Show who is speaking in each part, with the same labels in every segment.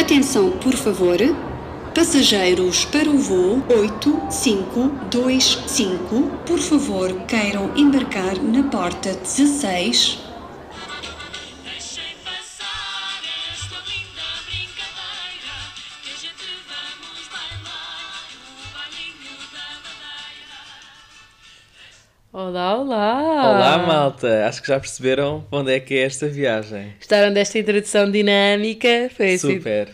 Speaker 1: Atenção, por favor. Passageiros para o voo 8525, por favor, queiram embarcar na porta 16.
Speaker 2: Deixem passar esta linda brincadeira que a gente vamos bailar o bailinho da madeira.
Speaker 3: Olá, olá!
Speaker 4: Olá, malta! Acho que já perceberam onde é que é esta viagem.
Speaker 3: Gostaram desta introdução dinâmica? Foi assim.
Speaker 4: Super!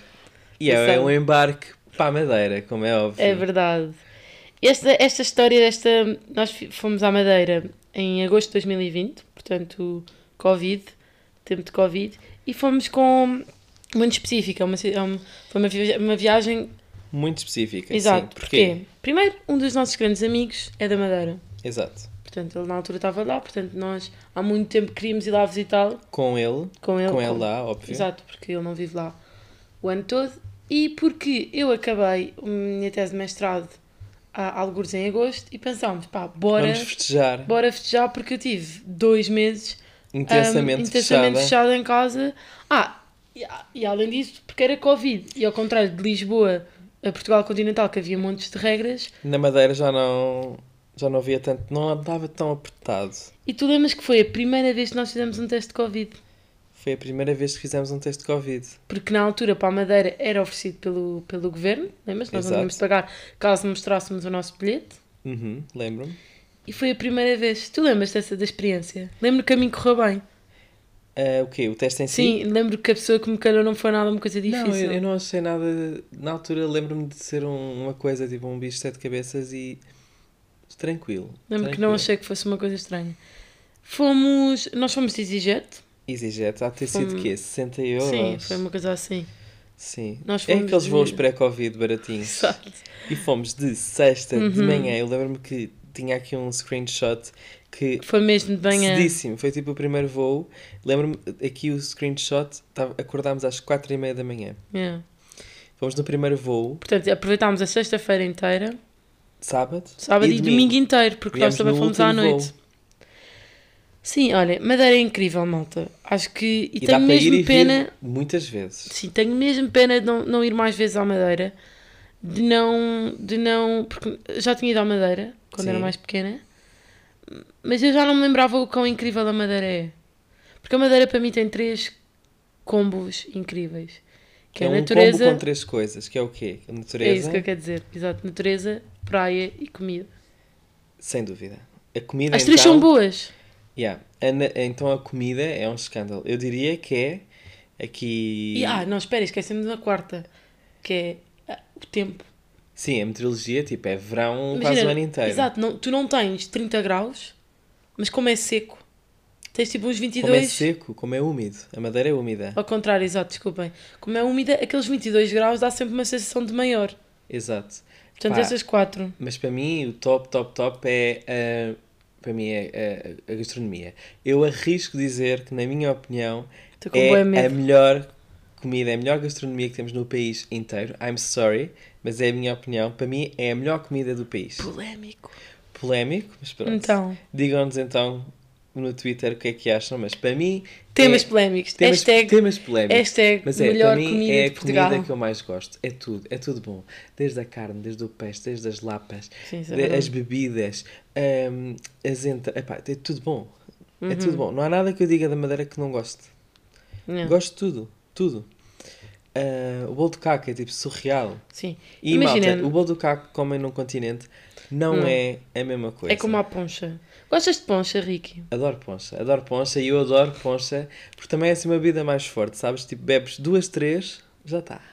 Speaker 4: E é,
Speaker 3: Pensando.
Speaker 4: um embarque para a Madeira, como é óbvio.
Speaker 3: É verdade. Esta, esta história desta. Nós fi- fomos à Madeira em agosto de 2020, portanto, Covid, tempo de Covid, e fomos com. Muito específica, uma, ci- é uma- foi uma, vi- uma viagem.
Speaker 4: Muito específica.
Speaker 3: Exato.
Speaker 4: Sim. Porquê?
Speaker 3: Primeiro, um dos nossos grandes amigos é da Madeira.
Speaker 4: Exato.
Speaker 3: Portanto, ele na altura estava lá, portanto, nós há muito tempo queríamos ir lá visitá-lo.
Speaker 4: Com ele,
Speaker 3: Com ele.
Speaker 4: com ele lá, óbvio.
Speaker 3: Exato, porque eu não vivo lá o ano todo. E porque eu acabei a minha tese de mestrado há alguns em agosto e pensámos, pá, bora,
Speaker 4: Vamos festejar
Speaker 3: bora festejar porque eu tive dois meses
Speaker 4: intensamente,
Speaker 3: hum,
Speaker 4: fechada.
Speaker 3: intensamente fechado em casa. Ah, e, a- e além disso, porque era Covid. E ao contrário de Lisboa a Portugal continental, que havia montes de regras.
Speaker 4: Na Madeira já não, já não havia tanto, não andava tão apertado.
Speaker 3: E tu lembras que foi a primeira vez que nós fizemos um teste de Covid?
Speaker 4: Foi a primeira vez que fizemos um teste de Covid.
Speaker 3: porque na altura para a Madeira era oferecido pelo, pelo governo, lembras? Nós não
Speaker 4: Exato.
Speaker 3: tínhamos de pagar caso mostrássemos o nosso bilhete.
Speaker 4: Uhum, lembro-me.
Speaker 3: E foi a primeira vez. Tu lembras dessa da experiência? Lembro que a mim correu bem.
Speaker 4: Ah, o quê? O teste em si?
Speaker 3: Sim, lembro que a pessoa que me calhou não foi nada uma coisa difícil.
Speaker 4: Não, eu, eu não achei nada. Na altura lembro-me de ser um- uma coisa tipo um bicho de sete cabeças e. Tranquilo.
Speaker 3: Lembro
Speaker 4: tranquilo.
Speaker 3: que não achei que fosse uma coisa estranha. Fomos. Nós fomos de EasyJet.
Speaker 4: EasyJet, há de ter sido o quê? 60 euros?
Speaker 3: Sim, foi uma coisa assim.
Speaker 4: Sim.
Speaker 3: Nós
Speaker 4: é
Speaker 3: fomos
Speaker 4: aqueles
Speaker 3: de-
Speaker 4: voos pré-Covid baratinhos.
Speaker 3: Exato. Uhum.
Speaker 4: E fomos de sexta de manhã. Eu lembro-me que tinha aqui um screenshot que
Speaker 3: Foi mesmo de banha.
Speaker 4: Cedíssimo, foi tipo o primeiro voo. Lembro-me aqui o screenshot, tava- acordámos às 4 e meia da manhã.
Speaker 3: É.
Speaker 4: Fomos no primeiro voo,
Speaker 3: Portanto, aproveitámos a sexta-feira inteira,
Speaker 4: sábado.
Speaker 3: sábado e, domingo. inteiro, porque
Speaker 4: Viemos
Speaker 3: nós também
Speaker 4: no
Speaker 3: fomos à
Speaker 4: último voo.
Speaker 3: noite. Sim, olha, Madeira é incrível, malta. Acho que. E,
Speaker 4: E dá
Speaker 3: tenho
Speaker 4: para ir e
Speaker 3: mesmo
Speaker 4: vir
Speaker 3: pena.
Speaker 4: muitas vezes.
Speaker 3: Sim, tenho mesmo pena de não, não ir mais vezes à Madeira. De não. De não porque já tinha ido à Madeira quando era
Speaker 4: Sim.
Speaker 3: mais pequena. Mas eu já não me lembrava o quão incrível a Madeira é. Porque a Madeira para mim tem três combos incríveis. Que é,
Speaker 4: é
Speaker 3: a
Speaker 4: um
Speaker 3: natureza.
Speaker 4: combo com três coisas, que é o quê? A
Speaker 3: é
Speaker 4: natureza,
Speaker 3: isso que eu quero dizer. Exato, natureza, praia e comida.
Speaker 4: sem dúvida. A comida,
Speaker 3: As três
Speaker 4: então,
Speaker 3: são boas.
Speaker 4: Yeah. A na- então a comida é um escândalo. Eu diria que é aqui...
Speaker 3: E, ah, não, espera, esquecemos da quarta. Que é ah, o tempo.
Speaker 4: Sim, a meteorologia, tipo, é verão quase o
Speaker 3: Imagina,
Speaker 4: ano inteiro.
Speaker 3: Exato, não, tu não tens 30 graus, mas como é seco, tens tipo uns 22.
Speaker 4: Como é seco, como é úmido. A madeira é úmida.
Speaker 3: Ao contrário, exato, desculpem. Como é úmida, aqueles 22 graus dá sempre uma sensação de maior.
Speaker 4: Exato.
Speaker 3: Portanto,
Speaker 4: Pá,
Speaker 3: estas quatro.
Speaker 4: Mas para mim, o top, top, top é a, para mim é a, a gastronomia. Eu arrisco dizer que, na minha opinião,
Speaker 3: Estou com bué
Speaker 4: é a
Speaker 3: medo.
Speaker 4: melhor comida, é a melhor gastronomia que temos no país inteiro. I'm sorry, mas é a minha opinião. Para mim, é a melhor comida do país.
Speaker 3: Polémico.
Speaker 4: Polémico, mas pronto.
Speaker 3: Então.
Speaker 4: Digam-nos então no Twitter o que é que acham, mas para mim.
Speaker 3: Temas
Speaker 4: é-
Speaker 3: polémicos.
Speaker 4: Temas,
Speaker 3: hashtag,
Speaker 4: temas polémicos.
Speaker 3: hashtag
Speaker 4: Mas é,
Speaker 3: melhor
Speaker 4: para mim
Speaker 3: comida
Speaker 4: é a
Speaker 3: de Portugal.
Speaker 4: comida que eu mais gosto. É tudo, é tudo bom. Desde a carne, desde o peixe, desde as lapas,
Speaker 3: Sim, isso é
Speaker 4: de-
Speaker 3: verdade.
Speaker 4: as bebidas, hum, as entradas. É tudo bom. É tudo bom. Não há nada que eu diga da Madeira que não goste.
Speaker 3: Uhum. Não,
Speaker 4: Gosto de tudo, tudo. Ah, o bolo de caco é tipo surreal.
Speaker 3: Sim.
Speaker 4: E
Speaker 3: Imagina,
Speaker 4: malta, o bolo do caco que comem num continente não é a mesma coisa.
Speaker 3: Hum. é como a poncha. Gostas de poncha, Ricky?
Speaker 4: Adoro poncha, adoro poncha e eu adoro poncha porque também é assim uma bebida mais forte, sabes? Tipo, bebes duas, três, já tá. está.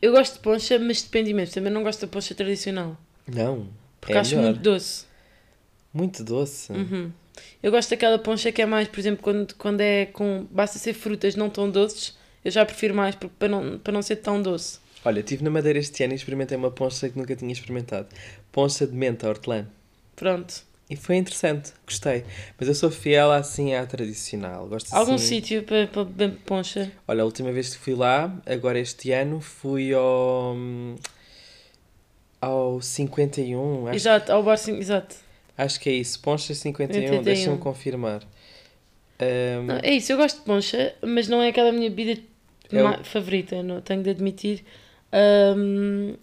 Speaker 3: Eu gosto de poncha, mas depende imenso. Também não gosto da poncha tradicional.
Speaker 4: Não,
Speaker 3: Porque
Speaker 4: é
Speaker 3: acho
Speaker 4: melhor.
Speaker 3: muito Uhum. doce.
Speaker 4: Muito doce.
Speaker 3: Eu gosto daquela poncha que é mais, por exemplo, quando, quando é com. Basta ser frutas não tão doces, eu já prefiro mais porque, para, não, para não ser tão doce.
Speaker 4: Olha, estive na Madeira este ano e experimentei uma poncha que nunca tinha experimentado. Poncha de menta hortelã.
Speaker 3: Pronto.
Speaker 4: E foi interessante, gostei. Mas eu sou fiel assim à tradicional. Gosto
Speaker 3: Algum
Speaker 4: assim...
Speaker 3: sítio para, para beber poncha?
Speaker 4: Olha, a última vez que fui lá, agora este ano, fui ao. ao 51. Acho,
Speaker 3: Exato, ao bar sim, exato.
Speaker 4: acho que é isso. Poncha 51,
Speaker 3: 81.
Speaker 4: deixa-me confirmar. Ahm,
Speaker 3: Não, é isso, eu gosto de poncha, mas não é aquela minha bebida
Speaker 4: É o-
Speaker 3: ma- favorita, não, tenho de admitir. Ahm,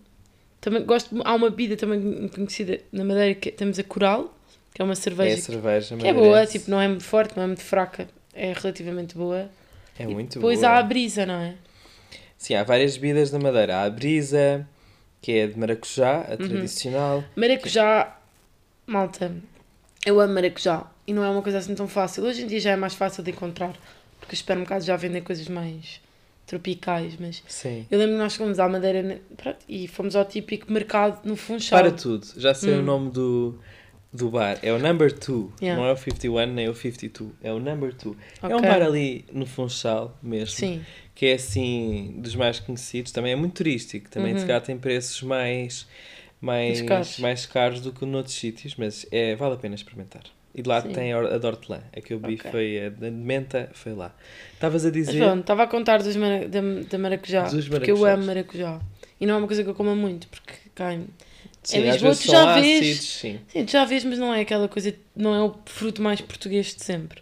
Speaker 3: também gosto, há uma bebida também conhecida na Madeira que temos a Coral, que é uma
Speaker 4: É
Speaker 3: cerveja
Speaker 4: a
Speaker 3: que-
Speaker 4: cerveja,
Speaker 3: que é boa, tipo, não é muito forte, não é muito fraca, é relativamente boa.
Speaker 4: É muito
Speaker 3: tipo, Depois
Speaker 4: boa.
Speaker 3: há a brisa, não é?
Speaker 4: Sim, há várias bebidas da Madeira. Há a brisa, que é de maracujá,
Speaker 3: Uhum.
Speaker 4: a tradicional.
Speaker 3: Maracujá, malta, eu amo maracujá e não é uma coisa assim tão fácil. Hoje em dia já é mais fácil de encontrar, porque os supermercados já vendem coisas mais tropicais, mas
Speaker 4: Sim.
Speaker 3: eu lembro que nós fomos à Madeira né, pronto, e fomos ao típico mercado no Funchal.
Speaker 4: Para tudo, já sei o nome do, do bar. É o Number 2.
Speaker 3: Hum. Yeah.
Speaker 4: Não é o 51, nem é o 52. É o Number 2. É um
Speaker 3: Ok.
Speaker 4: bar ali no Funchal mesmo.
Speaker 3: Sim.
Speaker 4: Que é assim, dos mais conhecidos. Também é muito turístico. Também se calhar tem preços mais, mais,
Speaker 3: Mais Uhum. caros.
Speaker 4: mais caros do que noutros sítios. Mas é, vale a pena experimentar. E lá
Speaker 3: Sim.
Speaker 4: tem a or- a de hortelã. A que eu vi
Speaker 3: Ok.
Speaker 4: foi a de menta, foi lá. Estavas a
Speaker 3: Mas
Speaker 4: dizer...
Speaker 3: pronto, estava a contar dos mara- da, da maracujá,
Speaker 4: Dos
Speaker 3: porque eu
Speaker 4: maracujás.
Speaker 3: amo maracujá. E não é uma coisa que eu coma muito, porque cai
Speaker 4: Sim,
Speaker 3: em
Speaker 4: às
Speaker 3: Lisboa
Speaker 4: vezes
Speaker 3: tu
Speaker 4: são
Speaker 3: já
Speaker 4: ácidos,
Speaker 3: vês-
Speaker 4: sim.
Speaker 3: Sim, tu já vês, mas não é aquela coisa, não é o fruto mais português de sempre.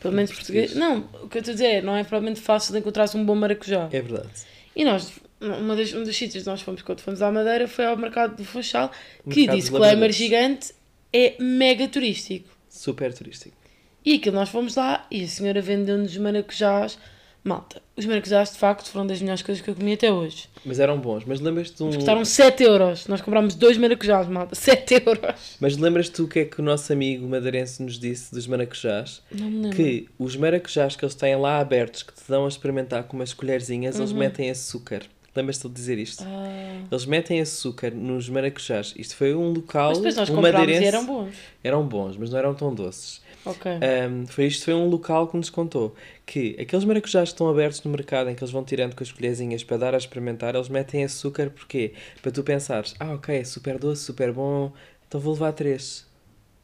Speaker 3: Pelo menos português.
Speaker 4: Português.
Speaker 3: Não, o que eu estou a dizer é, não é provavelmente fácil de encontrar um bom maracujá.
Speaker 4: É verdade.
Speaker 3: E nós, uma das, um dos sítios que nós fomos quando fomos à Madeira foi ao mercado do Funchal, que
Speaker 4: Mercado
Speaker 3: diz
Speaker 4: dos
Speaker 3: disclaimer
Speaker 4: Labradores.
Speaker 3: gigante, é mega turístico.
Speaker 4: Super turístico.
Speaker 3: E aquilo nós fomos lá e a senhora vendeu-nos maracujás. Malta, os maracujás de facto foram das melhores coisas que eu comi até hoje.
Speaker 4: Mas eram bons. Mas lembras-te de um...
Speaker 3: Custaram 7 euros. Nós comprámos dois maracujás, malta. 7 euros.
Speaker 4: Mas lembras-te o que é que o nosso amigo madeirense nos disse dos maracujás?
Speaker 3: Não me lembro.
Speaker 4: Que os maracujás que eles têm lá abertos, que te dão a experimentar com umas colherzinhas, eles metem açúcar. Lembras-te de dizer isto?
Speaker 3: Uhum. Ah,
Speaker 4: Eles metem açúcar nos maracujás. Isto foi um local.
Speaker 3: mas depois nós
Speaker 4: um
Speaker 3: comprámos
Speaker 4: madeirense,
Speaker 3: e eram bons.
Speaker 4: Eram bons, mas não eram tão doces.
Speaker 3: Ok.
Speaker 4: Ahm, foi isto foi um local que nos contou que aqueles maracujás que estão abertos no mercado em que eles vão tirando com as colherzinhas para dar a experimentar, eles metem açúcar porquê? Para tu pensares, ah ok, é super doce, super bom, então vou levar três.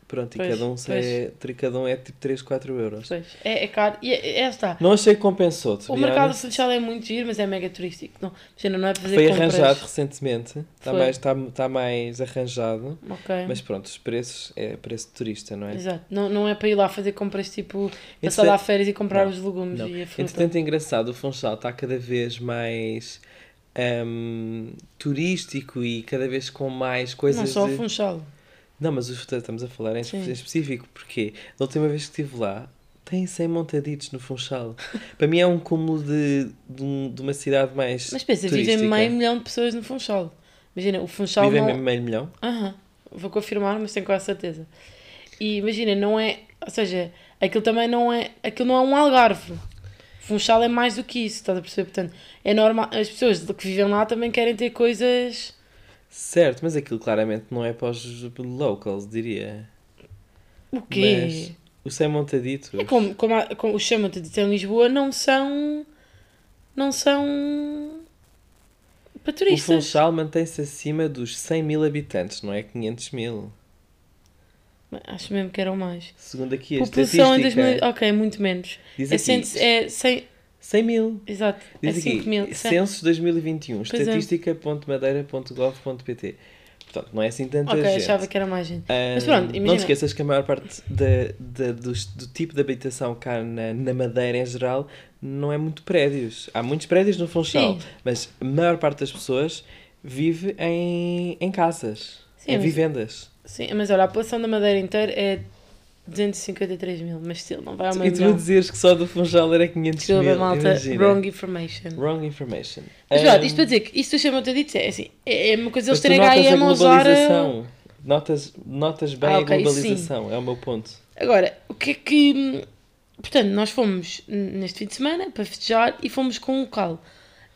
Speaker 4: Pronto, e
Speaker 3: Pois,
Speaker 4: cada um, se é, tri- cada um é tipo 3, 4 euros.
Speaker 3: Pois, é, é caro. E é, é está.
Speaker 4: Não achei que compensou,
Speaker 3: O mercado do Funchal é muito giro, mas é mega turístico. Não, imagina, não é para fazer
Speaker 4: Foi
Speaker 3: compras.
Speaker 4: arranjado recentemente, está
Speaker 3: Foi.
Speaker 4: mais, está, está mais arranjado,
Speaker 3: Ok.
Speaker 4: mas pronto, os preços é preço de turista, não é?
Speaker 3: Exato. Não, não é para ir lá fazer compras tipo passar
Speaker 4: Entretanto-
Speaker 3: lá férias e comprar
Speaker 4: Não,
Speaker 3: os legumes e a fruta.
Speaker 4: Entretanto, é engraçado, o Funchal está cada vez mais ahm, turístico e cada vez com mais coisas.
Speaker 3: não só
Speaker 4: de-
Speaker 3: o Funchal.
Speaker 4: Não, mas os estamos a falar em espe-
Speaker 3: Sim.
Speaker 4: em específico, porque da última vez que estive lá, tem 100 montaditos no Funchal. Para mim é um cúmulo de, de, um- de uma cidade mais.
Speaker 3: Mas pensa,
Speaker 4: turística.
Speaker 3: vivem meio milhão de pessoas no Funchal. Imagina, o Funchal
Speaker 4: Vivem
Speaker 3: não...
Speaker 4: mesmo meio milhão?
Speaker 3: Aham, vou confirmar, mas tenho quase certeza. E imagina, não é. Ou seja, aquilo também não é. Aquilo não é um algarve. Funchal é mais do que isso, estás a perceber? Portanto, é normal. As pessoas que vivem lá também querem ter coisas.
Speaker 4: Certo, mas aquilo claramente não é para os locals, diria.
Speaker 3: O quê?
Speaker 4: Mas os 100 montaditos.
Speaker 3: É como, como, há- como os chamam-te de ter em Lisboa, não são. Não são. para
Speaker 4: O
Speaker 3: turistas.
Speaker 4: Funchal mantém-se acima dos 100 mil habitantes, não é 500 mil.
Speaker 3: Acho mesmo que eram mais.
Speaker 4: Segundo aqui a
Speaker 3: População em
Speaker 4: estatística,
Speaker 3: 2000. Ok, muito menos.
Speaker 4: Diz
Speaker 3: É
Speaker 4: aqui,
Speaker 3: 100. É 100
Speaker 4: 100 mil.
Speaker 3: exato. É
Speaker 4: Diz
Speaker 3: 5
Speaker 4: aqui,
Speaker 3: mil. cem-
Speaker 4: censo 2021,
Speaker 3: Pois é.
Speaker 4: estatística.madeira.gov.pt Portanto, não é assim tanta
Speaker 3: Ok,
Speaker 4: gente.
Speaker 3: achava que era mais gente.
Speaker 4: Ah,
Speaker 3: Mas pronto,
Speaker 4: Não te
Speaker 3: imagina.
Speaker 4: esqueças que a maior parte da- da- dos- do, tipo de habitação cá na, na Madeira em geral não é muito prédios. Há muitos prédios no Funchal,
Speaker 3: Sim.
Speaker 4: mas a maior parte das pessoas vive em, em casas,
Speaker 3: Sim,
Speaker 4: em
Speaker 3: mas-
Speaker 4: vivendas.
Speaker 3: Sim, mas olha, a população da Madeira inteira é 253 mil, mas still, não vai ao
Speaker 4: E
Speaker 3: meio
Speaker 4: tu me
Speaker 3: milhão.
Speaker 4: dizes que só do Funchal era 500
Speaker 3: Desculpa,
Speaker 4: mil.
Speaker 3: malta,
Speaker 4: imagina.
Speaker 3: wrong information.
Speaker 4: Wrong information.
Speaker 3: Mas pronto,
Speaker 4: Um,
Speaker 3: isto para dizer que isso do chama te dito é assim, é é uma coisa eles
Speaker 4: mas tu
Speaker 3: terem
Speaker 4: notas
Speaker 3: HM a usar. a-
Speaker 4: globalização. Notas, notas bem
Speaker 3: Ah,
Speaker 4: a
Speaker 3: ok, isso sim.
Speaker 4: globalização, é o meu ponto.
Speaker 3: Agora, o que é que. hum, Portanto, nós fomos n- neste fim de semana para festejar e fomos com um local.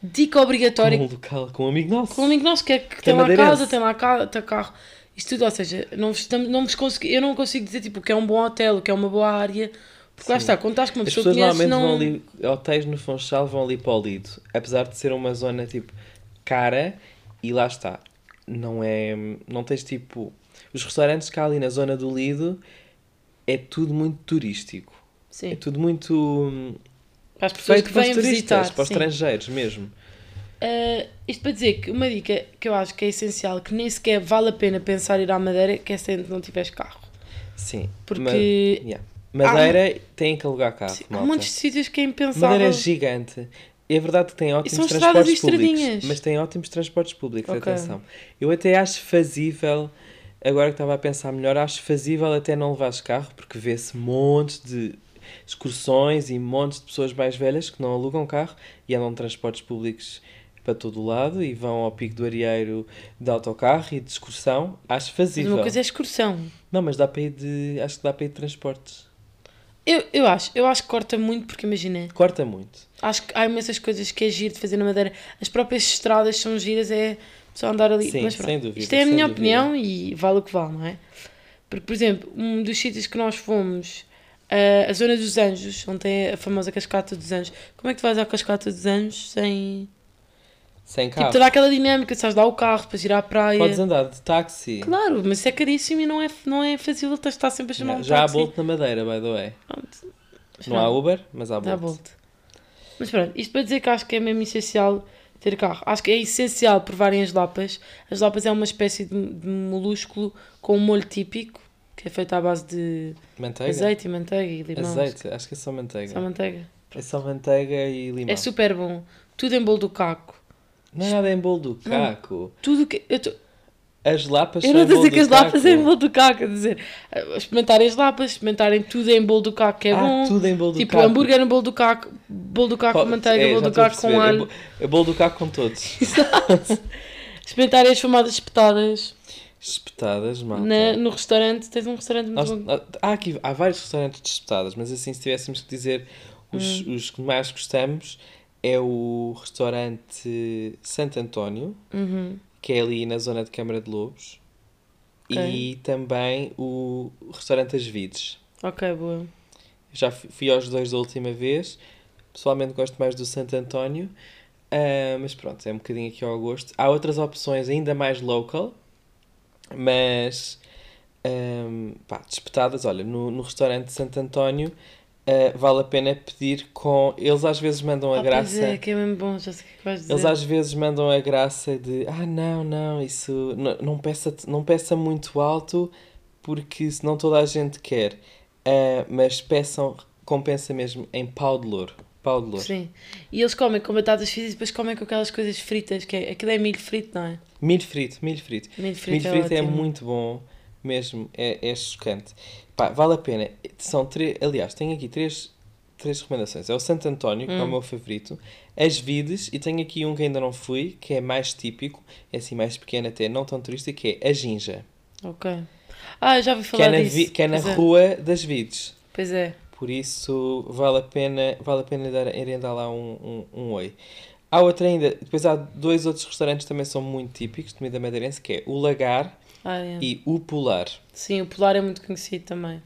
Speaker 3: Dica obrigatória
Speaker 4: Com um local, com um amigo nosso.
Speaker 3: Com um amigo nosso que, é, que tem lá
Speaker 4: madeirense.
Speaker 3: casa, tem lá ca- tem carro, isto tudo, ou seja, não vos, estamos- não vos consegui, eu não consigo dizer tipo, o que é um bom hotel, o que é uma boa área, porque lá está, quando estás com uma
Speaker 4: As
Speaker 3: pessoa
Speaker 4: pessoas
Speaker 3: que conheces,
Speaker 4: normalmente vão
Speaker 3: não...
Speaker 4: ali, hotéis no Funchal vão ali para o Lido, apesar de ser uma zona tipo cara e lá está. Não é, não tens tipo, os restaurantes cá ali na zona do Lido é tudo muito turístico. É
Speaker 3: Sim,
Speaker 4: tudo muito hum,
Speaker 3: para as pessoas
Speaker 4: feito
Speaker 3: que
Speaker 4: para os
Speaker 3: vêm
Speaker 4: turistas,
Speaker 3: visitar.
Speaker 4: para os
Speaker 3: sim.
Speaker 4: estrangeiros mesmo.
Speaker 3: Ah, isto para dizer que uma dica que eu acho que é essencial, que nem sequer vale a pena pensar ir à Madeira, que é se ainda não tiveres carro.
Speaker 4: Sim.
Speaker 3: Porque
Speaker 4: ma- yeah. Madeira tem que alugar carro.
Speaker 3: Sim, há
Speaker 4: Ah, malta.
Speaker 3: montes de sítios que é impensável.
Speaker 4: Madeira é gigante. É verdade que tem ótimos
Speaker 3: são estradas e
Speaker 4: transportes públicos,
Speaker 3: estradinhas.
Speaker 4: mas tem ótimos transportes públicos,
Speaker 3: Ok.
Speaker 4: atenção. Eu até acho fazível, agora que estava a pensar melhor, acho fazível até não levares carro, porque vê-se montes de excursões e montes de pessoas mais velhas que não alugam carro e andam de transportes públicos para todo o lado e vão ao Pico do Arieiro de autocarro e de excursão. Acho
Speaker 3: Mas
Speaker 4: fazível.
Speaker 3: uma coisa é excursão.
Speaker 4: Não, mas dá para ir de... acho que dá para ir de transportes.
Speaker 3: Eu, eu acho, eu acho que corta muito porque imagina,
Speaker 4: Corta muito.
Speaker 3: acho que há imensas coisas que é giro de fazer na Madeira. As próprias estradas são giras, é só andar ali.
Speaker 4: Sim,
Speaker 3: Mas pronto,
Speaker 4: sem dúvida,
Speaker 3: Isto é a
Speaker 4: sem
Speaker 3: minha
Speaker 4: dúvida.
Speaker 3: opinião e vale o que vale, não é? Porque, por exemplo, um dos sítios que nós fomos, eh, a Zona dos Anjos, onde tem a famosa Cascata dos Anjos. Como é que tu vais à Cascata dos Anjos sem.
Speaker 4: Sem carro.
Speaker 3: Tipo, toda aquela dinâmica, sabes lá o carro, depois ir à praia.
Speaker 4: Podes andar de táxi.
Speaker 3: Claro, mas isso é caríssimo e não é, não é fácil, tens de estar sempre a chamar um
Speaker 4: Já há
Speaker 3: táxi.
Speaker 4: Bolt na Madeira, by the way.
Speaker 3: Pronto. Mas
Speaker 4: Não há
Speaker 3: pronto.
Speaker 4: Uber, mas há
Speaker 3: Dá a
Speaker 4: Bolt.
Speaker 3: volta. Mas pronto, isto para dizer que acho que é mesmo essencial ter carro. Acho que é essencial provarem as lapas. As lapas é uma espécie de, de molúsculo com um molho típico, que é feito à base de
Speaker 4: Manteiga?
Speaker 3: azeite e manteiga e limão.
Speaker 4: Azeite, acho que é só manteiga.
Speaker 3: Só manteiga.
Speaker 4: É só manteiga e limão.
Speaker 3: É super bom. Tudo em bolo do caco.
Speaker 4: Não é nada em bolo do caco.
Speaker 3: Tudo que. Eu, tô-
Speaker 4: As lapas
Speaker 3: eu
Speaker 4: são
Speaker 3: não
Speaker 4: em
Speaker 3: estou a dizer
Speaker 4: bolo do
Speaker 3: que as lapas
Speaker 4: caco.
Speaker 3: é em bolo do caco, quer dizer, eh, experimentarem as lapas, experimentarem tudo em bolo do caco, que é
Speaker 4: Ah,
Speaker 3: bom.
Speaker 4: tudo em bolo do
Speaker 3: tipo,
Speaker 4: caco.
Speaker 3: hambúrguer no bolo do caco, bolo do caco com
Speaker 4: Pode-
Speaker 3: manteiga,
Speaker 4: é,
Speaker 3: bolo
Speaker 4: já
Speaker 3: do
Speaker 4: estou a
Speaker 3: caco com
Speaker 4: perceber. É
Speaker 3: alho.
Speaker 4: bo- É bolo do caco com todos.
Speaker 3: Experimentarem as chamadas espetadas
Speaker 4: Espetadas, malta.
Speaker 3: na- no restaurante. Tens um restaurante muito
Speaker 4: Nós-
Speaker 3: bom.
Speaker 4: nós- há, aqui, há vários restaurantes de espetadas, mas assim, se tivéssemos que dizer os, os que mais gostamos, é o restaurante Santo António, que é ali na zona de Câmara de Lobos, e
Speaker 3: Ok.
Speaker 4: também o restaurante As Vides.
Speaker 3: Ok, boa.
Speaker 4: Já fu- fui aos dois da última vez, pessoalmente gosto mais do Santo António, ah, mas pronto, é um bocadinho aqui ao gosto. Há outras opções ainda mais local, mas hum, pá, despetadas, olha, no, no restaurante de Santo António ah, vale a pena pedir com. Eles às vezes mandam a
Speaker 3: Ah, pois
Speaker 4: graça.
Speaker 3: é, que é mesmo bom, já sei o que é que vais dizer.
Speaker 4: Eles às vezes mandam a graça de ah não, não, isso não, não, peça, não peça muito alto porque senão toda a gente quer. Ah, mas peçam, compensa mesmo em pau de louro. Pau de louro.
Speaker 3: Sim. E eles comem com batatas fritas e depois comem com aquelas coisas fritas, que é, aquilo é milho frito, não é?
Speaker 4: Milho frito, milho frito.
Speaker 3: Milho frito é ótimo.
Speaker 4: muito bom, mesmo, é, é chocante. Pá, vale a pena. São três, aliás, tenho aqui três, três recomendações. É o Santo António,
Speaker 3: Hum.
Speaker 4: que é o meu favorito, as Vides, e tenho aqui um que ainda não fui, que é mais típico, é assim mais pequeno até, não tão turístico, que é a Ginja,
Speaker 3: Ok. Ah, eu já ouvi
Speaker 4: que é
Speaker 3: falar
Speaker 4: na,
Speaker 3: disso.
Speaker 4: vi- que é na
Speaker 3: Pois
Speaker 4: rua das Vides.
Speaker 3: Pois é.
Speaker 4: Por isso vale a pena, vale a pena dar, irem dar lá um, um, um oi. Há outra ainda, depois há dois outros restaurantes que também são muito típicos de comida madeirense, que é o Lagar
Speaker 3: Ah, é.
Speaker 4: e o Polar.
Speaker 3: Sim, o Polar é muito conhecido também.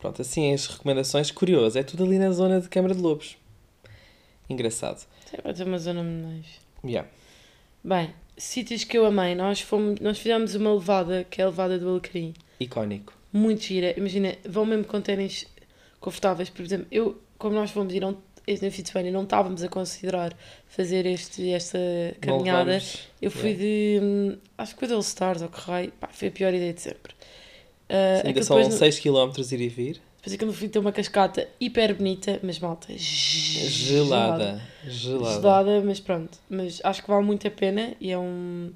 Speaker 4: Pronto, assim as recomendações. Curioso, é tudo ali na zona de Câmara de Lobos. Engraçado.
Speaker 3: Sim, Vai ter é uma zona menores.
Speaker 4: Yeah.
Speaker 3: Bem, sítios que eu amei. Nós, fomos, nós fizemos uma levada, que é a levada do Alecrim.
Speaker 4: Icónico.
Speaker 3: muito gira. Imagina, vão mesmo com ténis confortáveis. Por exemplo, eu, como nós fomos e não, este fim de semana e não estávamos a considerar fazer este, esta caminhada,
Speaker 4: vamos.
Speaker 3: eu fui
Speaker 4: Yeah.
Speaker 3: de. hum, acho que foi de All Stars ou que raio. Pá, foi a pior ideia de sempre. Ah,
Speaker 4: Ainda um
Speaker 3: aquilo
Speaker 4: são
Speaker 3: depois,
Speaker 4: 6 km ir e vir.
Speaker 3: depois é aquilo fui ter uma cascata hiper bonita, mas malta.
Speaker 4: Gelada. Gelada.
Speaker 3: Gelada, mas pronto. Mas acho que vale muito a pena e é um.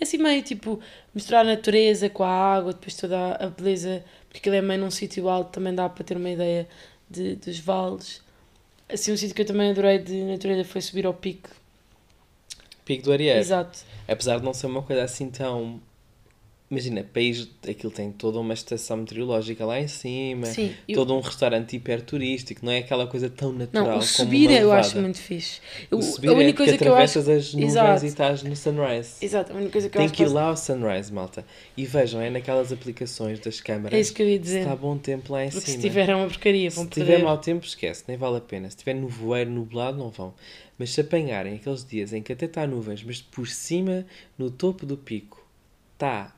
Speaker 3: É assim meio tipo misturar a natureza com a água, depois toda a beleza, porque aquilo é meio num sítio alto, também dá para ter uma ideia de, dos vales. Assim, um sítio que eu também adorei de natureza foi subir ao pico.
Speaker 4: Pico do Arieiro.
Speaker 3: Exato.
Speaker 4: Apesar de não ser uma coisa assim tão. Imagina, país, aquilo tem toda uma estação meteorológica lá em cima,
Speaker 3: Sim, e o-
Speaker 4: todo um restaurante hiper turístico, não é aquela coisa tão natural
Speaker 3: Não,
Speaker 4: como
Speaker 3: o subir
Speaker 4: uma
Speaker 3: eu
Speaker 4: levada.
Speaker 3: acho muito fixe.
Speaker 4: O
Speaker 3: Eu-
Speaker 4: subir
Speaker 3: a
Speaker 4: é
Speaker 3: única
Speaker 4: porque
Speaker 3: coisa que eu acho.
Speaker 4: atravessas as nuvens
Speaker 3: Exato.
Speaker 4: e estás no sunrise.
Speaker 3: Exato, a única coisa que eu
Speaker 4: Tem
Speaker 3: acho
Speaker 4: que ir
Speaker 3: que-
Speaker 4: lá ao sunrise, malta. E vejam, é naquelas aplicações das câmaras.
Speaker 3: É isso que eu ia dizer.
Speaker 4: Está bom tempo lá em
Speaker 3: Porque
Speaker 4: cima.
Speaker 3: se tiver é uma porcaria,
Speaker 4: Se
Speaker 3: vão
Speaker 4: tiver
Speaker 3: perder.
Speaker 4: mau tempo, esquece, nem vale a pena. Se tiver nevoeiro, nublado, não vão. Mas se apanharem aqueles dias em que até está nuvens, mas por cima, no topo do pico, está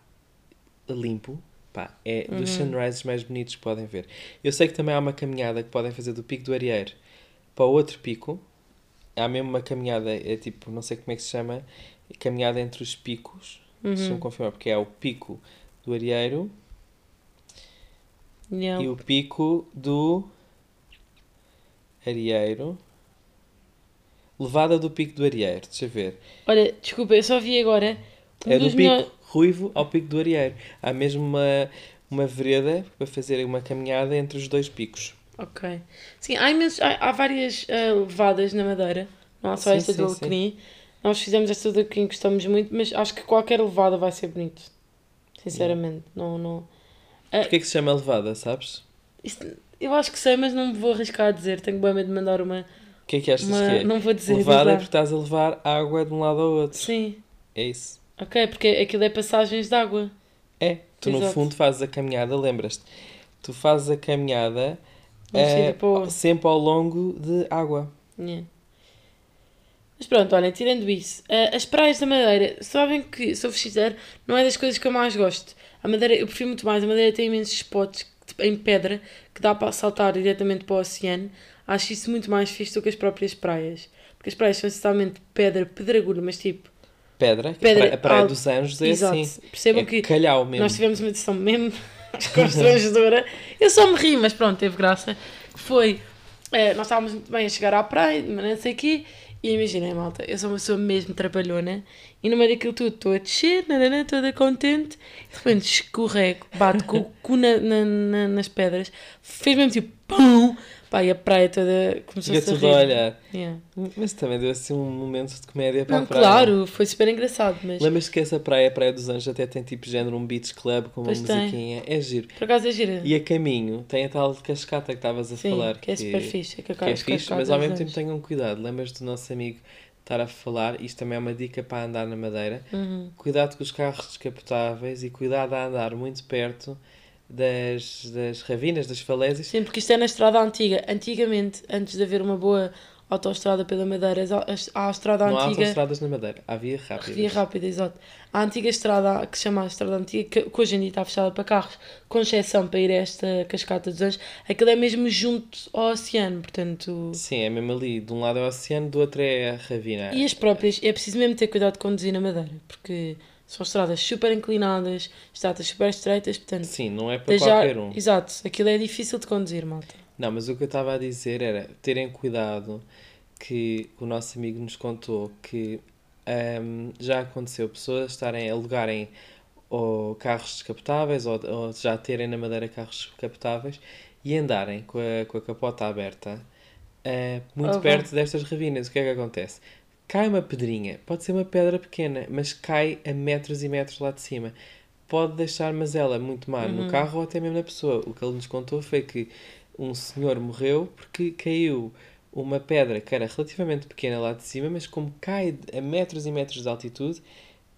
Speaker 4: limpo, pá, é dos
Speaker 3: Uhum.
Speaker 4: sunrises mais bonitos que podem ver. Eu sei que também há uma caminhada que podem fazer do pico do Arieiro para outro pico. Há mesmo uma caminhada, é tipo, não sei como é que se chama, caminhada entre os picos. Se
Speaker 3: Uhum.
Speaker 4: não confirmar, porque é o pico do Arieiro
Speaker 3: Não.
Speaker 4: e o pico do Arieiro. Levada do Pico do Arieiro. Deixa eu ver.
Speaker 3: Olha, desculpa, eu só vi agora. Um
Speaker 4: é do
Speaker 3: dos
Speaker 4: Pico
Speaker 3: melhores.
Speaker 4: Ruivo ao Pico do Arieiro. Há mesmo uma, uma vereda para fazer uma caminhada entre os dois picos.
Speaker 3: Ok. Sim, há, imensos, há, há várias ah, levadas na Madeira. Não há só
Speaker 4: Sim,
Speaker 3: esta
Speaker 4: sim,
Speaker 3: do
Speaker 4: sim.
Speaker 3: Alcrim. Nós fizemos esta do Alcrim, gostamos muito, mas acho que qualquer levada vai ser bonito. Sinceramente, não, não.
Speaker 4: Porquê é que se chama Levada, sabes?
Speaker 3: Isso- eu acho que sei, mas não me vou arriscar a dizer. Tenho bem medo de mandar uma.
Speaker 4: O que é que achas
Speaker 3: Uma-
Speaker 4: que é?
Speaker 3: não vou dizer,
Speaker 4: Levada é
Speaker 3: diz lá.
Speaker 4: porque estás a levar água de um lado ao outro.
Speaker 3: Sim,
Speaker 4: É isso.
Speaker 3: ok, porque aquilo é passagens de água.
Speaker 4: É. Tu no
Speaker 3: Exato.
Speaker 4: fundo fazes a caminhada, lembras-te? Tu fazes a caminhada
Speaker 3: De um
Speaker 4: eh,
Speaker 3: sítio para o outro.
Speaker 4: sempre ao longo de água.
Speaker 3: Nhé. É. Mas pronto, olha, tirando isso, eh, as praias da Madeira, sabem que, se eu vos sincero, não é das coisas que eu mais gosto. A Madeira, eu prefiro muito mais, a Madeira tem imensos spots tipo, em pedra que dá para saltar diretamente para o oceano. Acho isso muito mais fixe do que as próprias praias. Porque as praias são essencialmente pedra, pedregulho, mas tipo,
Speaker 4: Pedra, que
Speaker 3: Pedra,
Speaker 4: a praia, a praia
Speaker 3: algo.
Speaker 4: dos Anjos é
Speaker 3: Exato.
Speaker 4: assim.
Speaker 3: Percebam
Speaker 4: é
Speaker 3: que
Speaker 4: calhau mesmo.
Speaker 3: Nós tivemos uma edição mesmo constrangedora. Eu só me ri, mas pronto, teve graça. Que foi. eh, nós estávamos muito bem a chegar à praia, mas não sei o quê. E imaginei, malta, eu sou uma pessoa mesmo trapalhona. E no meio daquilo tudo estou a descer, nananã, toda contente. E de repente escorrego, bato com o cu na- na- na- nas pedras. Fez mesmo tipo pum! Pá, e a praia toda começou a
Speaker 4: Fica tudo
Speaker 3: rir.
Speaker 4: a olhar.
Speaker 3: Yeah.
Speaker 4: Mas também deu assim um momento de comédia para
Speaker 3: Não,
Speaker 4: a praia.
Speaker 3: claro, foi super engraçado, mas
Speaker 4: Lembras-te que essa praia, a Praia dos Anjos, até tem tipo género um beach club com uma
Speaker 3: Pois tem.
Speaker 4: musiquinha. É giro.
Speaker 3: por acaso é gira.
Speaker 4: E a caminho tem a tal cascata que estavas a
Speaker 3: Sim,
Speaker 4: falar.
Speaker 3: que é super fixe, que
Speaker 4: Que, é
Speaker 3: acaba-
Speaker 4: fixe,
Speaker 3: cascata
Speaker 4: mas ao
Speaker 3: dos
Speaker 4: mesmo tempo
Speaker 3: Anjos.
Speaker 4: tenham cuidado. Lembras-te do nosso amigo estar a falar, isto também é uma dica para andar na madeira.
Speaker 3: Uhum.
Speaker 4: Cuidado com os carros descapotáveis e cuidado a andar muito perto das, das ravinas, das falésias.
Speaker 3: Sim, porque isto é na estrada antiga. Antigamente, antes de haver uma boa autoestrada pela Madeira, as- as- há a estrada
Speaker 4: não há
Speaker 3: antiga.
Speaker 4: autostradas na madeira, há via rápida.
Speaker 3: Via rápida, exato. A antiga estrada que se chama a Estrada Antiga, que, que hoje em dia está fechada para carros, com exceção para ir a esta Cascata dos Anjos, aquilo é mesmo junto ao oceano, portanto.
Speaker 4: Sim, é mesmo ali. De um lado é o oceano, do outro é a ravina.
Speaker 3: E as próprias, é preciso mesmo ter cuidado de conduzir na Madeira, porque são estradas super inclinadas, estradas super estreitas, portanto.
Speaker 4: Sim, não é para
Speaker 3: desde já-
Speaker 4: qualquer um.
Speaker 3: Exato, aquilo é difícil de conduzir, malta.
Speaker 4: Não, mas o que eu estava a dizer era terem cuidado que o nosso amigo nos contou que ahm, já aconteceu pessoas estarem a alugarem ou carros descapotáveis ou, ou já terem na madeira carros descapotáveis e andarem com a, com a capota aberta ah, muito
Speaker 3: Ah, vá.
Speaker 4: perto destas ravinas. O que é que acontece? Cai uma pedrinha, pode ser uma pedra pequena, mas cai a metros e metros lá de cima. Pode deixar mazela muito má no carro ou até mesmo na pessoa. O que ele nos contou foi que um senhor morreu porque caiu uma pedra que era relativamente pequena lá de cima, mas como cai a metros e metros de altitude,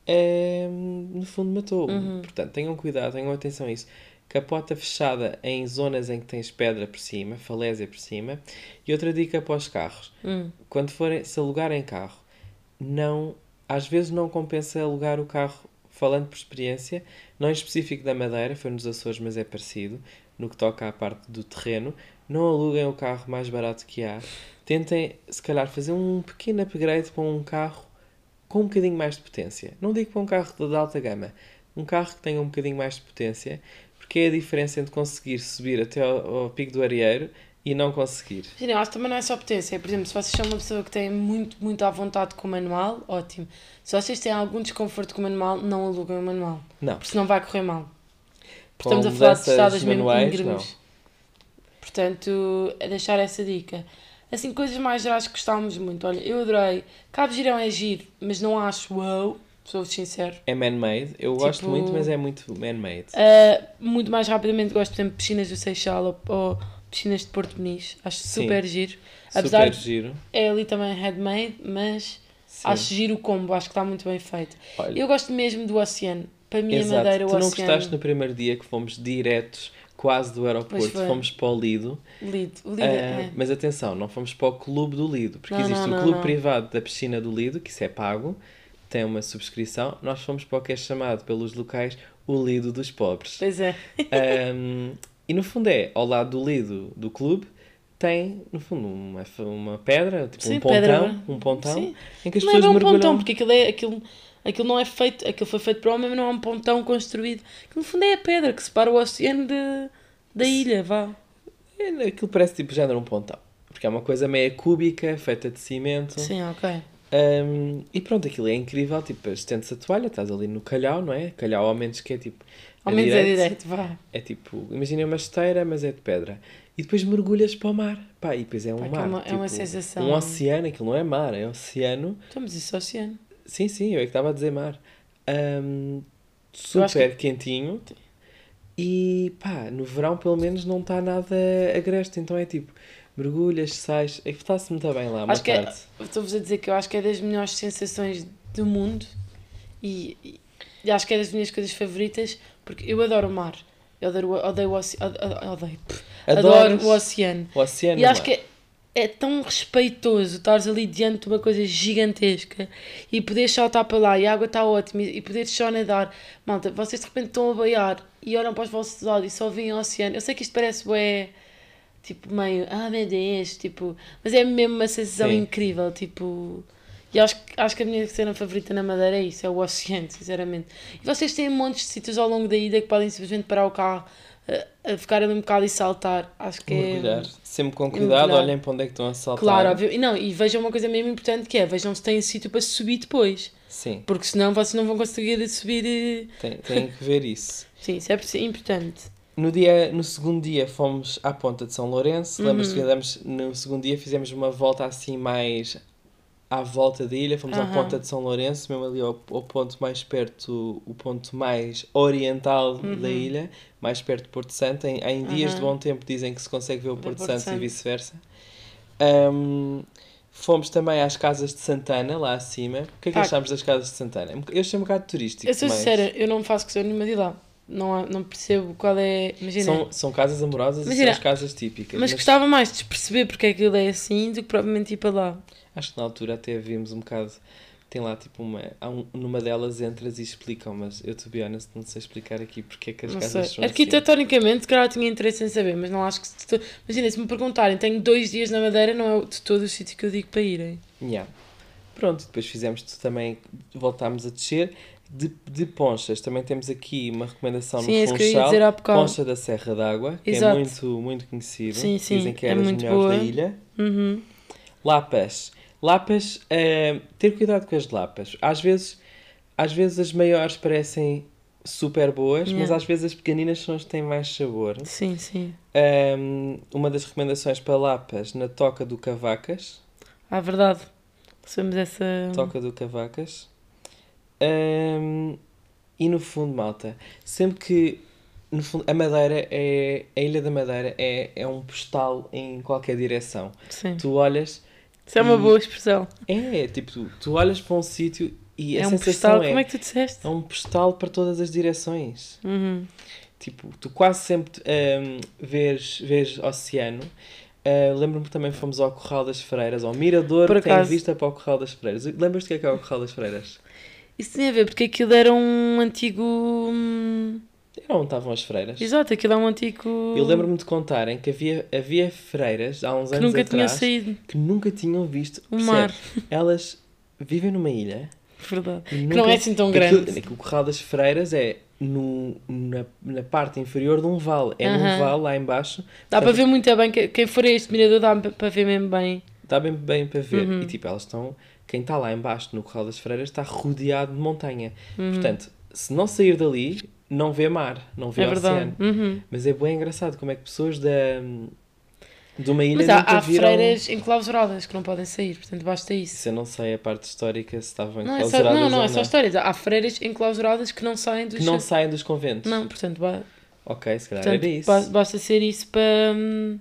Speaker 4: eh, no fundo matou. Portanto, tenham cuidado, tenham atenção a isso. Capota fechada em zonas em que tens pedra por cima, falésia por cima. E outra dica para os carros: quando forem se alugarem carro, não, às vezes não compensa alugar o carro, falando por experiência, não em específico da Madeira, foi nos Açores, mas é parecido, no que toca à parte do terreno. Não aluguem o carro mais barato que há. Tentem, se calhar, fazer um pequeno upgrade para um carro com um bocadinho mais de potência. Não digo para um carro de- de alta gama, um carro que tenha um bocadinho mais de potência, porque é a diferença entre conseguir subir até ao, ao pico do areeiro e não conseguir.
Speaker 3: Sim, eu acho que também não é só potência. Por exemplo, se vocês são uma pessoa que tem muito, muito à vontade com o manual, ótimo. Se vocês têm algum desconforto com o manual, não aluguem o manual.
Speaker 4: Não.
Speaker 3: Porque senão vai correr mal.
Speaker 4: Com
Speaker 3: Porque estamos a falar de
Speaker 4: mudanças
Speaker 3: estradas mesmo
Speaker 4: manuais,
Speaker 3: íngremes. Portanto, é deixar essa dica. Assim, coisas mais gerais que gostávamos muito. Olha, eu adorei. Cabo Girão é giro, mas não acho uau, sou sincero.
Speaker 4: É man-made. Eu gosto
Speaker 3: Tipo-
Speaker 4: muito, mas é muito man-made.
Speaker 3: Uh, muito mais rapidamente gosto, por exemplo, de piscinas do Seixal ou, ou piscinas de Porto Beniz. Acho super giro. Apesar
Speaker 4: Super
Speaker 3: de
Speaker 4: giro.
Speaker 3: É ali também handmade, mas
Speaker 4: Sim.
Speaker 3: acho giro o combo, acho que está muito bem feito.
Speaker 4: Olha.
Speaker 3: Eu gosto mesmo do oceano. Para mim, a
Speaker 4: Exato.
Speaker 3: Madeira, o
Speaker 4: tu não
Speaker 3: oceano.
Speaker 4: gostaste no primeiro dia que fomos diretos quase do aeroporto,
Speaker 3: foi.
Speaker 4: fomos para o Lido.
Speaker 3: Lido. O Lido
Speaker 4: Ah,
Speaker 3: é.
Speaker 4: Mas atenção, não fomos para o clube do Lido, porque
Speaker 3: Não,
Speaker 4: existe
Speaker 3: não,
Speaker 4: o
Speaker 3: não,
Speaker 4: clube
Speaker 3: não.
Speaker 4: privado da piscina do Lido, que isso é pago, tem uma subscrição. Nós fomos para o que é chamado pelos locais o Lido dos Pobres.
Speaker 3: Pois é.
Speaker 4: Ahm, e no fundo é, ao lado do Lido do clube, tem no fundo uma, f- uma pedra, tipo
Speaker 3: Sim,
Speaker 4: um pontão,
Speaker 3: pedra.
Speaker 4: um pontão
Speaker 3: Sim.
Speaker 4: em que as
Speaker 3: não é
Speaker 4: pessoas
Speaker 3: bem um
Speaker 4: mergulham.
Speaker 3: pontão, porque aquilo, é, aquilo, aquilo não é feito. Aquilo foi feito para o homem, mas não é um pontão construído. Que no fundo é a pedra que separa o oceano de, da ilha, vá.
Speaker 4: É, Aquilo parece tipo género um pontão. Porque é uma coisa meia cúbica, feita de cimento.
Speaker 3: Sim, ok.
Speaker 4: Ahm, e pronto, aquilo é incrível, tipo, estende-se a toalha, estás ali no calhau, não é? Calhau ao menos que é tipo...
Speaker 3: Ao
Speaker 4: é
Speaker 3: menos é
Speaker 4: direto.
Speaker 3: direito, vá.
Speaker 4: É tipo, imagina uma esteira, mas é de pedra. E depois mergulhas para o mar. Pá, e depois é um
Speaker 3: Pá, que é
Speaker 4: mar.
Speaker 3: uma- é uma
Speaker 4: tipo,
Speaker 3: sensação.
Speaker 4: Um oceano, aquilo não é mar, é oceano.
Speaker 3: Estamos Então, isso é oceano.
Speaker 4: Sim, sim, eu é que estava a dizer mar. Ahm,
Speaker 3: Eu acho que-
Speaker 4: super quentinho. E pá, no verão pelo menos não está nada agreste, então é tipo, mergulhas, sais. É que está-se muito bem lá, uma
Speaker 3: Acho que é,
Speaker 4: tarde.
Speaker 3: estou-vos a dizer que eu acho que é das melhores sensações do mundo e, e- e acho que é das minhas coisas favoritas porque eu adoro o mar. Eu adoro, o- odeio o oceano. Odeio. pff, Adoro
Speaker 4: Adoras
Speaker 3: o oceano.
Speaker 4: O oceano.
Speaker 3: E acho
Speaker 4: mar.
Speaker 3: que é, é tão respeitoso estares ali diante de uma coisa gigantesca e poderes saltar para lá e a água está ótima e e poderes só nadar. Malta, vocês de repente estão a baiar e olham para os vossos lados e só veem o oceano. Eu sei que isto parece bué, tipo meio, ah meu Deus, tipo, mas é mesmo uma sensação
Speaker 4: Sim.
Speaker 3: incrível, tipo... E acho, que- acho que a minha cena favorita na Madeira é isso, é o oceano, sinceramente. E vocês têm montes de sítios ao longo da ida que podem simplesmente parar o carro, a, a ficar ali um bocado e saltar. Acho que é...
Speaker 4: Mergulhar. Sempre com cuidado,
Speaker 3: mergulhar.
Speaker 4: olhem para onde é que estão a saltar.
Speaker 3: Claro, óbvio. E não, e vejam uma coisa mesmo importante que é, vejam se têm sítio para subir depois.
Speaker 4: Sim,
Speaker 3: Porque senão vocês não vão conseguir subir. eh.
Speaker 4: tem, tem que ver isso.
Speaker 3: Sim, isso é preci- importante.
Speaker 4: No, dia, no segundo dia fomos à ponta de São Lourenço.
Speaker 3: Uhum.
Speaker 4: Lembras-te que andamos, no segundo dia fizemos uma volta assim mais à volta da ilha. Fomos à
Speaker 3: Aham.
Speaker 4: ponta de São Lourenço, mesmo ali ao, ao ponto mais perto, o ponto mais oriental
Speaker 3: Uhum.
Speaker 4: da ilha, mais perto de Porto Santo. Em, em dias de bom tempo dizem que se consegue ver o Porto,
Speaker 3: Porto
Speaker 4: Santo,
Speaker 3: Santo.
Speaker 4: e vice-versa. Ahm, fomos também às casas de Santana, lá acima. O que é que
Speaker 3: Pá,
Speaker 4: achámos das casas de Santana? Eu achei um bocado turístico.
Speaker 3: eu sou
Speaker 4: mas
Speaker 3: sincera, eu não faço questão nenhuma de ir lá. Não, há- não percebo qual é. Imagina.
Speaker 4: São, são casas amorosas
Speaker 3: Imagina,
Speaker 4: e são as casas típicas.
Speaker 3: mas, gostava mais de perceber porque é que ele é assim do que provavelmente ir para lá.
Speaker 4: Acho que na altura até vimos um bocado. Tem lá tipo uma. há um- numa delas entras e explicam, mas eu, to be honest, não sei explicar aqui porque é que as
Speaker 3: Não
Speaker 4: casas
Speaker 3: sei.
Speaker 4: são
Speaker 3: Arquitetonicamente, se calhar eu tinha interesse em saber, mas não acho que. se- Imagina, se me perguntarem, tenho dois dias na Madeira, não é de todo o sítio que eu digo para irem.
Speaker 4: assim. Yeah. Pronto, depois fizemos tu- também. Voltámos a descer. De, de ponchas, também temos aqui uma recomendação
Speaker 3: Sim, é
Speaker 4: no
Speaker 3: isso que eu ia
Speaker 4: Funchal,
Speaker 3: dizer há bocado.
Speaker 4: Poncha da Serra d'Água, que
Speaker 3: Exato.
Speaker 4: é muito, muito conhecida.
Speaker 3: Sim, sim,
Speaker 4: Dizem que
Speaker 3: é
Speaker 4: é, das
Speaker 3: muito
Speaker 4: melhores
Speaker 3: boa.
Speaker 4: da ilha.
Speaker 3: Uhum.
Speaker 4: Lapas. Lapas, eh, ter cuidado com as lapas. Às vezes, às vezes as maiores parecem super boas, mas
Speaker 3: Yeah.
Speaker 4: às vezes as pequeninas são as que têm mais sabor.
Speaker 3: Sim, sim.
Speaker 4: Ehm, uma das recomendações para lapas, na Toca do Cavacas.
Speaker 3: Ah, verdade. Recebemos essa.
Speaker 4: Toca do Cavacas. Ehm, e no fundo, malta, sempre que... No fundo, a Madeira é... A Ilha da Madeira é, é um postal em qualquer direção.
Speaker 3: Sim.
Speaker 4: Tu olhas
Speaker 3: Uhum. Isso é uma
Speaker 4: E-
Speaker 3: boa expressão.
Speaker 4: É, tipo, tu, tu olhas para um sítio e a
Speaker 3: é um
Speaker 4: sensação
Speaker 3: postal.
Speaker 4: é,
Speaker 3: Como é que tu disseste?
Speaker 4: é um postal para todas as direções.
Speaker 3: Uhum.
Speaker 4: Tipo, tu quase sempre hum, vês, vês oceano. Uh, Lembro-me que também fomos ao Corral das Freiras, ao Mirador,
Speaker 3: Por
Speaker 4: que tem
Speaker 3: acaso.
Speaker 4: vista para o Corral das Freiras. Lembras-te o que é que é o Corral das Freiras?
Speaker 3: Isso tinha a ver, porque aquilo era um antigo. hum,
Speaker 4: Era onde estavam as freiras.
Speaker 3: Exato, aquilo é um antigo.
Speaker 4: Eu lembro-me de contarem que havia, havia freiras há uns
Speaker 3: que
Speaker 4: anos
Speaker 3: nunca tinha
Speaker 4: atrás
Speaker 3: saído.
Speaker 4: que nunca tinham visto
Speaker 3: O mar.
Speaker 4: Percebe? Elas vivem numa ilha
Speaker 3: Verdade.
Speaker 4: e
Speaker 3: Que não
Speaker 4: nunca-
Speaker 3: é assim tão
Speaker 4: Aquilo-
Speaker 3: grande.
Speaker 4: aquilo- o Corral das Freiras é no, na, na parte inferior de um vale. É
Speaker 3: Aham.
Speaker 4: num vale lá embaixo.
Speaker 3: Dá para
Speaker 4: Portanto,
Speaker 3: ver muito é bem. que- Quem for a este mirador dá pa- para ver Uhum. mesmo bem.
Speaker 4: Dá bem, bem para ver. E tipo, elas estão. Quem está lá embaixo no Corral das Freiras está rodeado de montanha.
Speaker 3: Uhum.
Speaker 4: Portanto, se não sair dali, não vê mar, não vê
Speaker 3: é verdade.
Speaker 4: oceano.
Speaker 3: Uhum.
Speaker 4: Mas é bem engraçado como é que pessoas da, de uma ilha
Speaker 3: Mas há,
Speaker 4: nunca
Speaker 3: há
Speaker 4: viram.
Speaker 3: freiras enclausuradas que não podem sair, portanto basta isso.
Speaker 4: Se eu não sei a parte histórica, se estavam
Speaker 3: Não, é só,
Speaker 4: enclausuradas
Speaker 3: não, não,
Speaker 4: ou
Speaker 3: é só histórias. Há freiras enclausuradas que não saem dos.
Speaker 4: Que não
Speaker 3: cha-
Speaker 4: saem dos conventos.
Speaker 3: não portanto, ba-
Speaker 4: Ok, se calhar
Speaker 3: Portanto,
Speaker 4: era isso.
Speaker 3: ba- basta ser isso para. hum,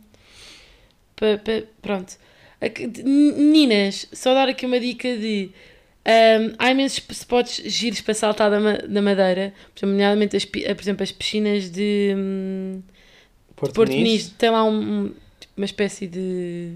Speaker 3: para, para- pronto. A que- de- Meninas, só dar aqui uma dica de. hum, há imensos p- spots giros para saltar da, ma- da madeira, por exemplo, nomeadamente as, pi- eh, por exemplo, as piscinas de hum,
Speaker 4: Porto,
Speaker 3: Porto
Speaker 4: Muniz.
Speaker 3: Muniz, tem lá um- um- tipo, uma espécie de.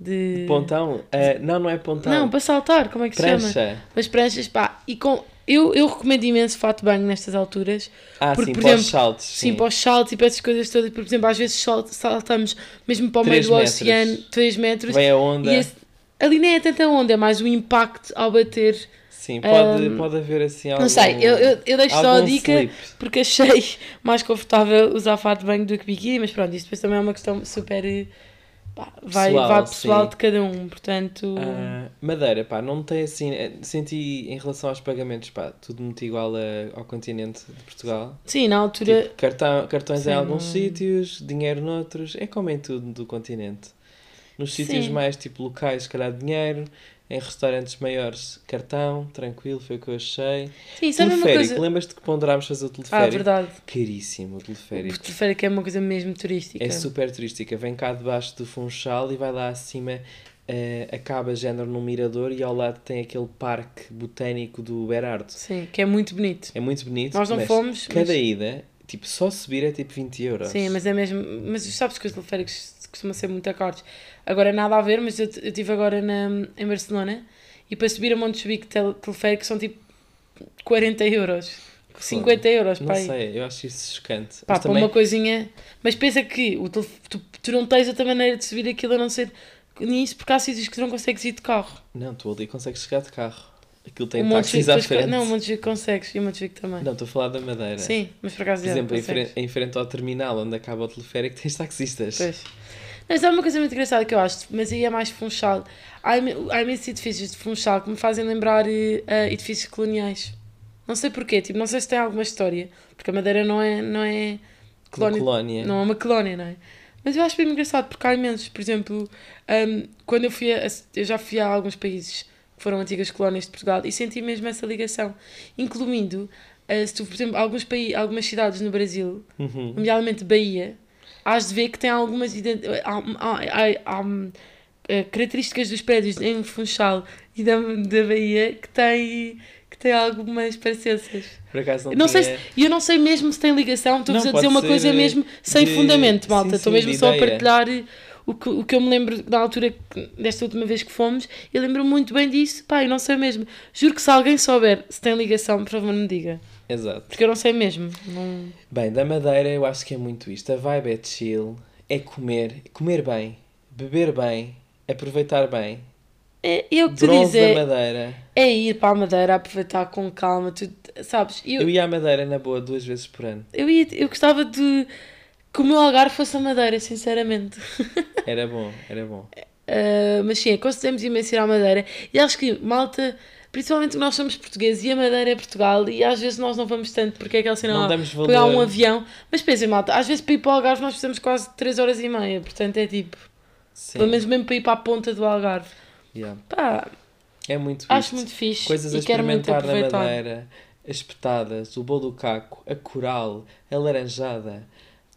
Speaker 3: de-
Speaker 4: Pontão? Ah, não, não é pontão.
Speaker 3: Não, para saltar, como é que se chama?
Speaker 4: Prancha.
Speaker 3: Mas pranchas, pá, e com. Eu, eu recomendo imenso fato de banho nestas alturas,
Speaker 4: Ah,
Speaker 3: Porque,
Speaker 4: sim,
Speaker 3: por
Speaker 4: para os
Speaker 3: exemplo,
Speaker 4: saltos.
Speaker 3: Sim, para os saltos e para essas coisas todas, porque, por exemplo, às vezes sol- saltamos mesmo para o meio
Speaker 4: Três
Speaker 3: do
Speaker 4: metros.
Speaker 3: oceano, 3 metros,
Speaker 4: Vem a onda.
Speaker 3: e esse- ali nem é tanta onda, é mais o impacto ao bater.
Speaker 4: Sim, pode, pode haver assim algum...
Speaker 3: um, Não sei, eu, eu, eu deixo só a
Speaker 4: algum
Speaker 3: dica
Speaker 4: slip.
Speaker 3: porque achei mais confortável usar fato de banho do que biquíni, mas pronto, isso depois também é uma questão super eh, Pá, vai,
Speaker 4: Pessoal,
Speaker 3: vai pessoal
Speaker 4: sim.
Speaker 3: de cada um, portanto.
Speaker 4: Ah, Madeira, pá, não tem assim. eh, Senti em relação aos pagamentos, pá, tudo muito igual a- ao continente de Portugal.
Speaker 3: Sim, na altura.
Speaker 4: Tipo, cartão, cartões
Speaker 3: Sim,
Speaker 4: em alguns
Speaker 3: não-
Speaker 4: sítios, dinheiro noutros, é como em tudo do continente. Nos sítios
Speaker 3: Sim.
Speaker 4: mais tipo locais, se calhar dinheiro, em restaurantes maiores, cartão, tranquilo, foi o que eu achei.
Speaker 3: Sim, sabe uma
Speaker 4: tipo, teleférico,
Speaker 3: coisa.
Speaker 4: lembras-te que ponderámos fazer o teleférico?
Speaker 3: Ah, verdade.
Speaker 4: Caríssimo o
Speaker 3: O
Speaker 4: teleférico.
Speaker 3: teleférico é uma coisa mesmo turística.
Speaker 4: É super turística. Vem cá debaixo do Funchal e vai lá acima, eh, acaba género num mirador e ao lado tem aquele parque botânico do Berardo.
Speaker 3: Sim, que é muito bonito.
Speaker 4: É muito bonito.
Speaker 3: Nós não
Speaker 4: mas
Speaker 3: fomos,
Speaker 4: Cada
Speaker 3: mas-
Speaker 4: ida, tipo, só subir é tipo 20 euros.
Speaker 3: Sim, mas é mesmo. Mas sabes que os teleféricos costumam ser muito caros. Agora nada a ver, mas eu eu estive agora na, em Barcelona e para subir a Montjuic tel- teleférico são tipo 40 euros. 50 euros,
Speaker 4: Não
Speaker 3: pá. aí.
Speaker 4: sei, eu acho isso chocante.
Speaker 3: Pá, para
Speaker 4: mas também
Speaker 3: uma coisinha. Mas pensa que o telef- tu, tu não tens outra maneira de subir aquilo a não ser nisso, porque há sítios que tu não consegues ir de carro.
Speaker 4: Não, tu ali consegues chegar de carro. Aquilo tem
Speaker 3: o Montjuic,
Speaker 4: táxis à
Speaker 3: depois co-
Speaker 4: frente.
Speaker 3: Não, o
Speaker 4: Não,
Speaker 3: Montjuic consegues e o Montjuic também.
Speaker 4: estou a falar da Madeira.
Speaker 3: Sim, mas por acaso
Speaker 4: Por
Speaker 3: é,
Speaker 4: exemplo, em
Speaker 3: consegues.
Speaker 4: frente, em frente ao terminal onde acaba o teleférico tens taxistas.
Speaker 3: Pois. Mas há uma coisa muito engraçada que eu acho, mas aí é mais funchal. Há, ime- há imensos edifícios de funchal que me fazem lembrar eh, eh, edifícios coloniais. Não sei porquê, tipo, não sei se tem alguma história, porque a Madeira não é, não é
Speaker 4: Uma
Speaker 3: colónia,
Speaker 4: colónia.
Speaker 3: não é uma colónia, não é? Mas eu acho bem engraçado porque há imensos, por exemplo, ahm, quando eu fui a, a- eu já fui a alguns países que foram antigas colónias de Portugal e senti mesmo essa ligação, incluindo, ah, se tu, por exemplo, alguns paí algumas cidades no Brasil,
Speaker 4: Uhum.
Speaker 3: nomeadamente Bahia, hás de ver que tem algumas ident- há, há- há- há, eh, características dos prédios em Funchal e da, da Bahia que tem, que tem algumas parecenças.
Speaker 4: Por acaso não,
Speaker 3: Não sei
Speaker 4: tinha-
Speaker 3: se- e eu não sei mesmo se tem ligação, estou-vos
Speaker 4: Não,
Speaker 3: a dizer
Speaker 4: pode
Speaker 3: uma
Speaker 4: ser,
Speaker 3: coisa
Speaker 4: eh,
Speaker 3: mesmo sem
Speaker 4: de-
Speaker 3: fundamento,
Speaker 4: sim,
Speaker 3: malta. Estou
Speaker 4: sim,
Speaker 3: mesmo
Speaker 4: de
Speaker 3: só a
Speaker 4: ideia.
Speaker 3: partilhar eh, o que, o que eu me lembro da altura, que- desta última vez que fomos, eu lembro me muito bem disso. Pá, eu não sei mesmo. Juro que se alguém souber se tem ligação, por favor, me diga.
Speaker 4: Exato.
Speaker 3: Porque eu não sei mesmo. Não-
Speaker 4: Bem, da Madeira eu acho que é muito isto. A vibe é chill, é comer, comer bem, beber bem, aproveitar bem.
Speaker 3: É, é o que tu dizes.
Speaker 4: Bronze
Speaker 3: é-
Speaker 4: da Madeira.
Speaker 3: É ir para a Madeira, aproveitar com calma, tu, sabes? Eu,
Speaker 4: Eu
Speaker 3: eu,
Speaker 4: ia à Madeira na boa duas vezes por ano.
Speaker 3: ia- eu gostava de que o meu Algarve fosse a Madeira, sinceramente.
Speaker 4: Era bom, era bom.
Speaker 3: Ah, mas sim, aconselhamos imenso ir à Madeira. E acho que, malta, principalmente que nós somos portugueses e a Madeira é Portugal, e às vezes nós não vamos tanto porque é aquele sinal
Speaker 4: Não
Speaker 3: ah,
Speaker 4: damos
Speaker 3: pegar
Speaker 4: valor.
Speaker 3: um avião. Mas pensem, malta, às vezes para ir para o Algarve nós precisamos quase de 3 horas e meia, portanto é tipo,
Speaker 4: Sim.
Speaker 3: pelo menos mesmo para ir para a ponta do Algarve.
Speaker 4: yeah.
Speaker 3: Pá,
Speaker 4: É muito isto.
Speaker 3: acho muito fixe
Speaker 4: Coisas a
Speaker 3: e quero muito
Speaker 4: experimentar na
Speaker 3: aproveitar.
Speaker 4: Madeira. As petadas, o bolo do caco, a coral, a laranjada,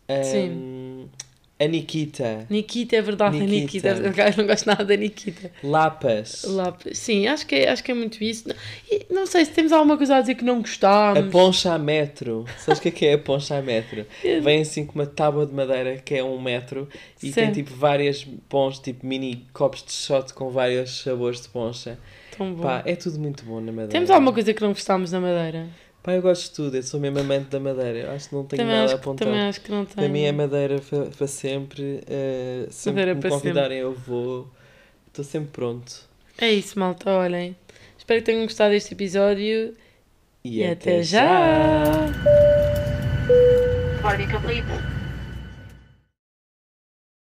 Speaker 4: a, a Nikita,
Speaker 3: Nikita, é verdade, é
Speaker 4: Nikita.
Speaker 3: Nikita. Eu não gosto nada da Nikita.
Speaker 4: Lapas,
Speaker 3: Lá, sim, acho que, é, acho que é muito isso. E não sei se temos alguma coisa a dizer que não
Speaker 4: a
Speaker 3: gostámos.
Speaker 4: poncha a metro. Sabes o que é que é a poncha a metro?
Speaker 3: Eu-
Speaker 4: Vem assim com uma tábua de madeira que é um metro e tem
Speaker 3: Sim.
Speaker 4: tipo várias ponchas, tipo mini copos de shot com vários sabores de poncha.
Speaker 3: Tão bom.
Speaker 4: Pá, é tudo muito bom na Madeira.
Speaker 3: temos alguma coisa que não gostámos na Madeira?
Speaker 4: Pá, eu gosto de tudo, eu sou mesmo amante da Madeira. Eu acho que não tenho
Speaker 3: Também
Speaker 4: nada
Speaker 3: acho,
Speaker 4: a
Speaker 3: que,
Speaker 4: apontar.
Speaker 3: também acho que não tem.
Speaker 4: Para mim é Madeira fa- para sempre. eh, sempre
Speaker 3: Madeira
Speaker 4: que
Speaker 3: para
Speaker 4: me convidarem eu vou. Estou sempre pronto.
Speaker 3: É isso, malta, olhem. Espero que tenham gostado deste episódio
Speaker 4: E,
Speaker 3: e, até, já.
Speaker 5: gotta be complete.